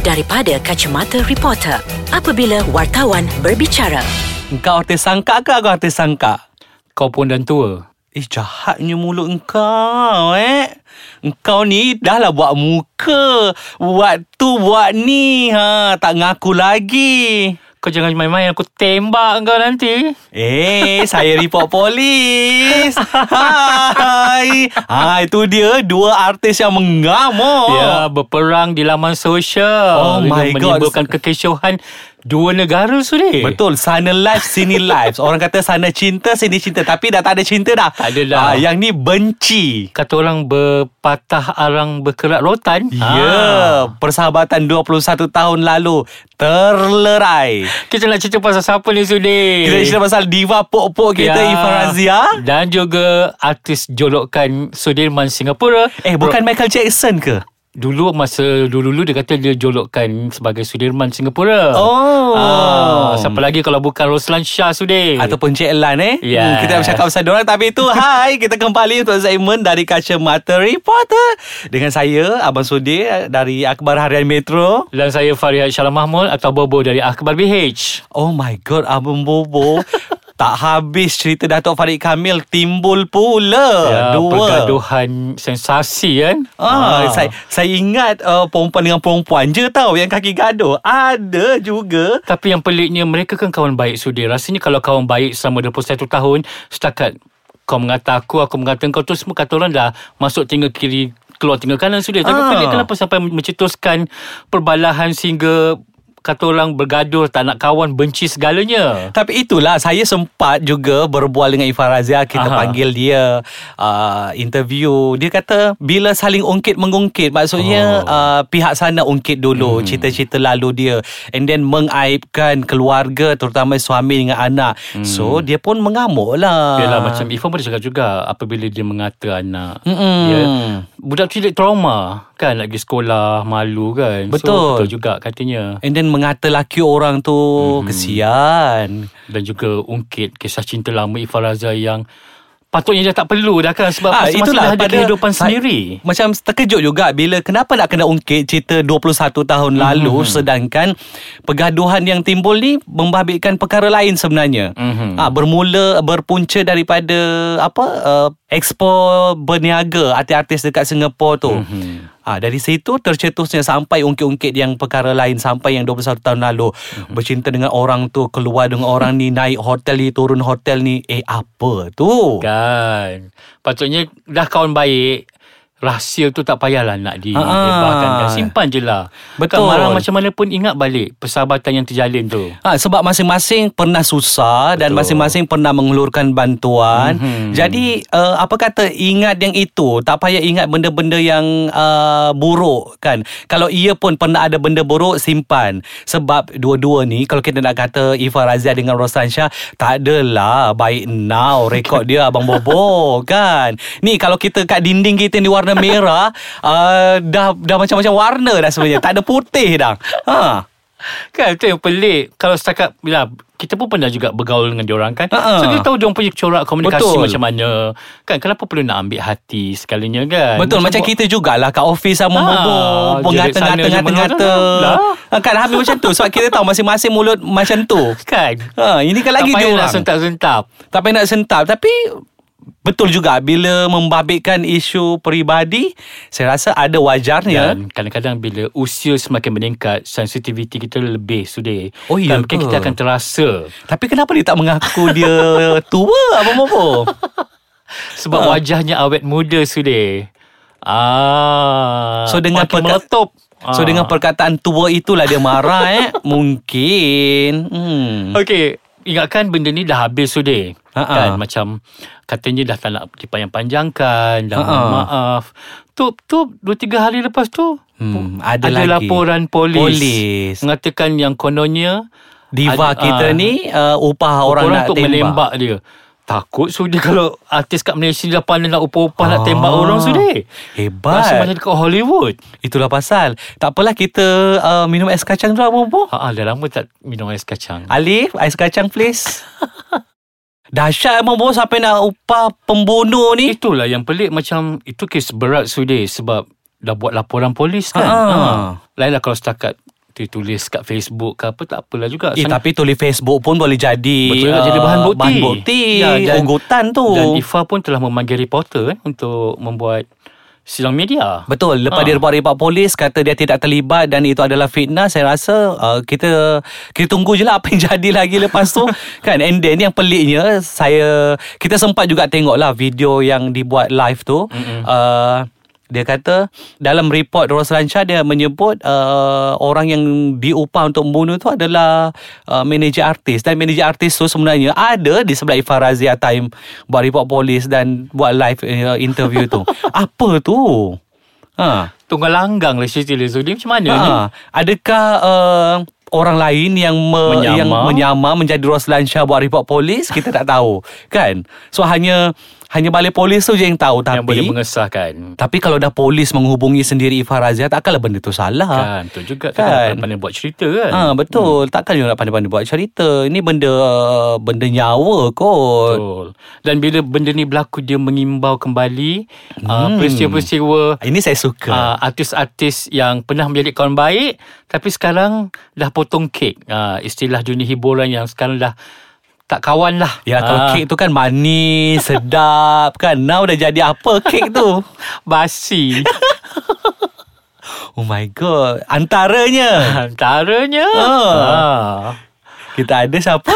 daripada kacamata reporter apabila wartawan berbicara. Kau tersangka ke aku tersangka? Kau pun dan tua. Eh jahatnya mulut engkau eh Engkau ni dah lah buat muka Buat tu buat ni ha, Tak ngaku lagi Kau jangan main-main aku tembak kau nanti. Eh saya report polis Hai ha, Itu dia dua artis yang mengamuk Ya, berperang di laman Oh sosial. my God. Menimbulkan kekecewaan dua negara sudi. Betul Sana live Sini live Orang kata sana cinta Sini cinta Tapi dah tak ada cinta dah Tak ada dah. Ah, Yang ni benci Kata orang berpatah arang berkerak rotan. Ah. Ya yeah, Persahabatan 21 tahun lalu Terlerai Kita nak cerita pasal siapa ni sudi? Kita cerita pasal diva pop-pop kita ya. Ifan Razia Dan juga artis jolokan Sudirman Singapura. Eh bukan Michael Jackson ke? Dulu masa dulu-dulu dia kata dia jolokkan sebagai Sudirman Singapura. Oh. Ah, siapa lagi kalau bukan Roslan Shah Sudir. Ataupun Cik Lan eh Yes. Hmm, Kita bercakap pasal diorang Tapi itu Hai Kita kembali untuk segmen Dari Kacamata Reporter Dengan saya Abang Sudir Dari Akhbar Harian Metro dan saya Farihat Shalom Mahmud atau Bobo dari Akhbar BH. Oh my god Abang Bobo Tak habis cerita Dato' Farid Kamil Timbul pula Ya, Dua Pergaduhan sensasi kan. Ah, saya saya ingat uh, perempuan dengan perempuan je tau yang kaki gaduh. Ada juga. Tapi yang peliknya mereka kan kawan baik Sudir. Rasanya kalau kawan baik selama 21 tahun setakat kau mengata aku, aku mengata kau tu semua kata orang dah masuk tinggal kiri, keluar tinggal kanan Sudir. Tapi Ah. pelik kenapa sampai mencetuskan perbalahan sehingga kata orang bergaduh, tak nak kawan, benci segalanya. Tapi itulah saya sempat juga berbual dengan Ifan Razia kita Aha. panggil dia uh, interview. Dia kata bila saling ungkit mengungkit maksudnya oh. Oh. uh, pihak sana ungkit dulu hmm. cita-cita lalu dia and then mengaibkan keluarga terutama suami dengan anak. Hmm. So dia pun mengamuk lah. Yalah macam Ifan pun dia cakap juga apabila dia mengata anak. Mm-mm. Ya. Budak cilik trauma kan lagi sekolah malu kan. Betul. So, betul juga katanya. And then mengata laki orang tu hmm. kesian. dan juga ungkit kisah cinta lama Ifah Raza yang patutnya dia tak perlu dah kan sebab Ah, masing-masing itulah dah ada pada- kehidupan fa- sendiri. Macam terkejut juga bila kenapa nak kena ungkit cerita 21 tahun Mhm. lalu mm-hmm. sedangkan pergaduhan yang timbul ni membabitkan perkara lain sebenarnya. Mhm. Mm-hmm. Ha, bermula berpunca daripada apa uh, ekspor berniaga artis-artis dekat Singapura tu. Mhm. Mm-hmm. Ha, dari situ tercetusnya sampai ungkit-ungkit yang perkara lain sampai yang 21 tahun lalu. Mhm. Mm-hmm. Bercinta dengan orang tu, keluar dengan orang ni, naik hotel ni, turun hotel ni. Eh apa tu? Kan. Patutnya dah kawan baik rahsia tu tak payahlah nak dilebarkan. Ah, ah. Kan. Simpan je lah. Betul. Kan marah macam mana pun ingat balik persahabatan yang terjalin tu. Ha, sebab masing-masing pernah susah dan Betul. masing-masing pernah mengelurkan bantuan. Mm-hmm. Mhm. Jadi uh, apa kata ingat yang itu, tak payah ingat benda-benda yang uh, buruk kan. Kalau ia pun pernah ada benda buruk simpan. Sebab dua-dua ni kalau kita nak kata Ifa Razia dengan Rosan Shah tak adalah baik now rekod dia abang Bobo kan. Ni kalau kita kat dinding kita ni warna merah, uh, dah dah macam-macam warna dah sebenarnya. tak ada putih dah. Ha. Kan tu yang pelik Kalau setakat bila Kita pun pernah juga bergaul dengan diorang kan Ha-ha. So kita tahu diorang punya corak komunikasi Betul. macam mana Kan kenapa perlu nak ambil hati sekalinya kan Betul macam, buat- kita jugalah kat office sama Ah, bobo jerit sana, Lah. Pengata-ngata-ngata jerit sana. Kan habis macam tu Sebab kita tahu masing-masing mulut macam tu Kan ha, Ini kan lagi dia tak payah orang nak sentap-sentap Tak payah nak sentap Tapi Betul juga Bila membabitkan isu peribadi Saya rasa ada wajarnya Dan kadang-kadang bila usia semakin meningkat Sensitivity kita lebih sudah Kan, Oh, iya Mungkin ke? kita akan terasa Tapi kenapa dia tak mengaku dia tua Abang Bobo Ha. Sebab wajahnya awet muda sudah Ah, So dengan makin perka- meletup Ah. So dengan perkataan tua itulah dia marah eh Mungkin hmm. Okay Ingatkan benda ni dah habis sudah Ha-ha. Kan macam Katanya dah tak nak dipanjang-panjangkan Dah Ha-ha. mohon maaf Tu tu Dua tiga hari lepas tu Hmm, ada ada lagi. laporan polis, Polis. Mengatakan yang kononnya Diva ada- kita ah, ni uh, Upah orang, nak tembak untuk menembak dia. Takut sudah kalau artis kat Malaysia ni dah pandai nak upah-upah nak Ah. tembak orang sudah. Hebat Rasa macam dekat Hollywood. Itulah pasal Tak apalah kita uh, Minum ais kacang dulu Abang Bobo Ha, ah, dah lama tak minum ais kacang. Alif Ais kacang please Dahsyat Abang Bobo Sampai nak upah Pembunuh ni Itulah yang pelik macam itu kes berat sudah sebab dah buat laporan polis kan. Ha. Lainlah kalau setakat dia tulis kat Facebook ke apa tak apalah juga. Eh, tapi tulis Facebook pun boleh jadi uh, Betul juga, jadi bahan bukti. Bahan bukti Ya, dan- Unggutan tu Dan Ifa pun telah memanggil reporter kan untuk membuat silang media. Betul Lepas Ha. ha. dia buat report polis Kata dia tidak terlibat Dan itu adalah fitnah Saya rasa uh, Kita Kita tunggu je lah Apa yang jadi lagi Lepas tu Kan and then Yang peliknya Saya Kita sempat juga tengok lah Video yang dibuat live tu uh, dia kata dalam report Roslancha dia menyebut uh, orang yang diupah untuk membunuh tu adalah uh, manager artis dan manager artis tu sebenarnya ada di sebelah Ifah Razia time buat report polis dan buat live uh, interview tu. Apa tu? Ha. Tunggal langgang lah cerita dia. So dia macam mana ha. ni? ha. Adakah uh, orang lain yang me, Menyamar. yang menyamar menjadi Roslan Shah buat report polis kita tak tahu kan. So hanya hanya balai polis tu je yang tahu tapi Yang boleh mengesahkan. tapi kalau dah polis menghubungi sendiri Ifah Razia takkanlah benda tu salah. Kan, betul juga Kan. kan. Pandai buat cerita kan. Ha, betul. Hmm. Takkan you nak pandai-pandai buat cerita. Ini benda uh, benda nyawa kot. Betul. Dan bila benda ni berlaku dia mengimbau kembali hmm. uh, peristiwa-peristiwa Ini saya suka. uh, artis-artis yang pernah menjadi kawan baik tapi sekarang dah potong kek. Uh, istilah dunia hiburan yang sekarang dah tak kawan lah. Yalah kalau Ah, kek tu kan manis, sedap kan. Now dah jadi apa kek tu? basi. Oh my god. Antaranya Antaranya. Ah. Ah. kita ada siapa?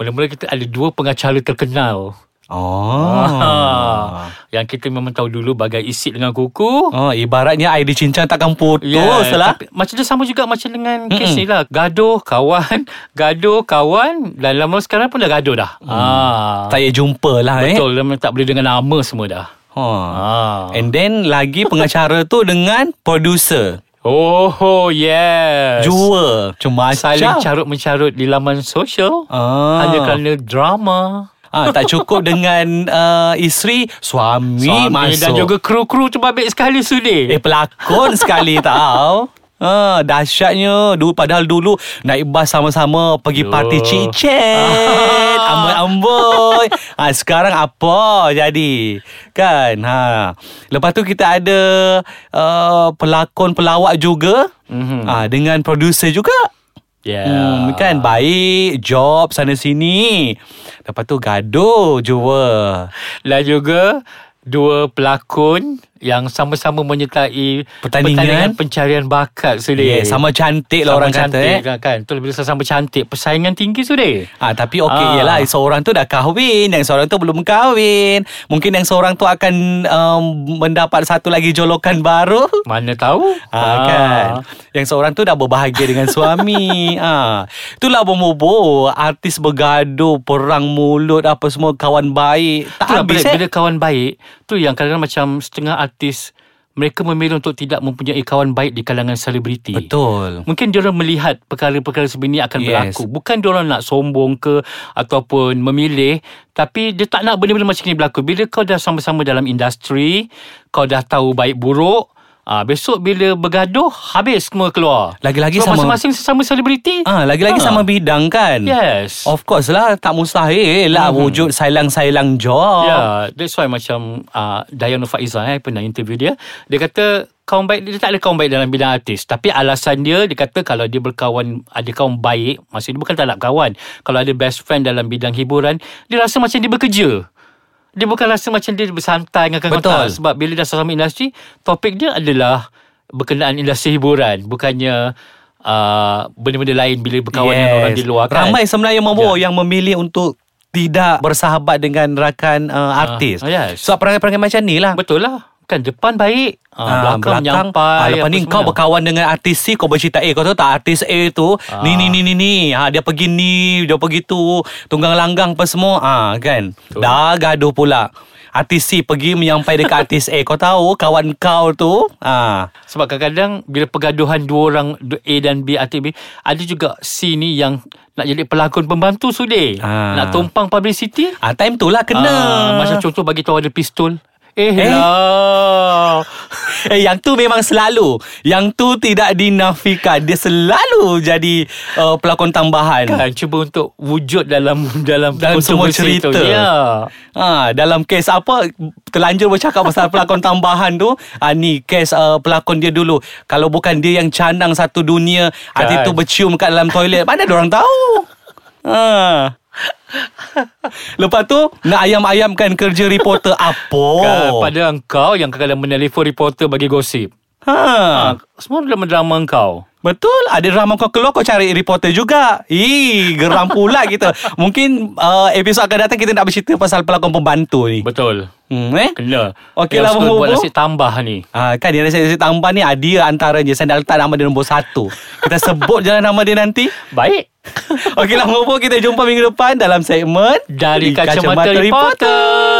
Mula-mula kita ada dua pengacara terkenal. Oh. Ah. Yang kita memang tahu dulu bagai isi dengan kuku. Oh, ibaratnya air di cincang takkan putus lah. Ya, tapi macam dia sama juga macam dengan mm kes ni lah. Gaduh kawan, gaduh kawan dan lama sekarang pun dah gaduh dah. Hmm. Mm. Ah. Tak payah jumpa lah eh. Betul, lama tak boleh dengan nama semua dah. Ha. Ah. And then lagi pengacara tu dengan producer. Oh, oh yes. Jua. Cuma Saling carut mencarut di laman sosial. Ah. Hanya kerana drama. Ah, tak cukup dengan uh, isteri, suami, Suami masuk. dan juga kru-kru tu babik sekali sudi. Eh pelakon sekali tau. Ah, dahsyatnya dulu padahal dulu naik bas sama-sama pergi Yo. parti cicen. Ah. Amboi-amboi. ah, sekarang apa jadi? Kan? Ha. Lepas tu kita ada uh, pelakon pelawak juga. Mhm. Mm-hmm. Ah, dengan producer juga. yeah. Hmm, kan baik job sana sini. Lepas tu gaduh jua. Dan Lah juga dua pelakon yang sama-sama menyertai Pertandingan. pertandingan pencarian bakat sudah. Yeah, sama cantik lah orang kata eh. cantik Kan, kan. Betul bila sama cantik persaingan tinggi sudah. Ah tapi okey Ah. ah. ialah seorang tu dah kahwin, yang seorang tu belum kahwin. Mungkin yang seorang tu akan um, mendapat satu lagi jolokan baru. Mana tahu? Ah, kan. Yang seorang tu dah berbahagia dengan suami. ah. Itulah bomobo, artis bergaduh, perang mulut apa semua kawan baik. Tak Itulah bila, habis eh? eh. bila kawan baik tu yang kadang-kadang macam setengah artis mereka memilih untuk tidak mempunyai kawan baik di kalangan selebriti. Betul. Mungkin diorang melihat perkara-perkara sebegini akan yes. Yes. berlaku. Bukan diorang nak sombong ke ataupun memilih. Tapi dia tak nak benda-benda macam ni berlaku. Bila kau dah sama-sama dalam industri, kau dah tahu baik buruk, Ah besok bila bergaduh, habis semua keluar. Lagi-lagi Sebab sama- masing-masing sesama selebriti. Ah, lagi-lagi sama bidang kan? Yes. Of course lah, tak mustahil lah mm-hmm. wujud sailang-sailang job. Ya, yeah, that's why macam uh, Dayana Faiza eh, pernah interview dia. Dia kata kawan baik dia tak ada kawan baik dalam bidang artis. Tapi alasan dia dia kata kalau dia berkawan ada kawan baik, maksud dia bukan tak nak kawan. Kalau ada best friend dalam bidang hiburan, dia rasa macam dia bekerja. Dia bukan rasa macam dia bersantai dengan kawan Betul. tak. Sebab bila dah sama industri, topik dia adalah berkenaan industri hiburan. Bukannya uh, benda-benda lain bila berkawan yes. dengan orang di luar kan. Ramai sebenarnya Momo yang memilih untuk tidak bersahabat dengan rakan uh, artis. ah, yes. So perangai-perangai macam ni lah. Betul lah. Kan depan baik, Ah, ah, belakang, belakang menyampai. ah, Lepas apa ni semua lah. kau dah. berkawan dengan artis C Kau bercerita Eh kau tahu tak artis A tu Ah. Ni ni ni ni ni ha, Dia pergi ni Dia pergi tu Tunggang langgang apa semua ah Kan Betul. Dah gaduh pula Artis C pergi menyampai dekat artis A Kau tahu kawan kau tu ah Sebab kadang-kadang bila pergaduhan dua orang du- A dan B atau B, ada juga C ni yang nak jadi pelakon pembantu sudah. Ah. Nak tumpang publicity. Ah time tu lah kena. Ah, macam contoh bagi tahu ada pistol. Eh, Eh? eh? lah. Eh yang tu memang selalu Yang tu tidak dinafikan Dia selalu jadi uh, pelakon tambahan Kan, cuba untuk wujud dalam dalam Dalam semua kontroversi cerita. Tu. Ya. Ha, dalam kes apa Terlanjur bercakap pasal pelakon tambahan tu ha, Ni kes uh, pelakon dia dulu Kalau bukan dia yang canang satu dunia kan. Kan. Hati tu bercium kat dalam toilet Mana orang tahu ha. Lepas tu Nak ayam-ayamkan kerja reporter Apa Kan, pada engkau yang kadang-kadang menelpon reporter bagi gosip. ha. Ha, semua drama-drama engkau. Betul Ada drama kau keluar Kau cari reporter juga Ih Geram pula kita Mungkin uh, Episod akan datang Kita nak bercerita Pasal pelakon pembantu ni Betul. hmm, eh? Kena. Okey Yang lah, suka Bang Buat Bobo. nasi tambah ni. Ah, kan dia nasi nasi tambah ni ah, Dia antaranya Saya nak letak nama dia nombor satu Kita sebut je lah nama dia nanti Baik. Okeylah Mopo Kita jumpa minggu depan Dalam segmen Dari Kacamata, Reporter.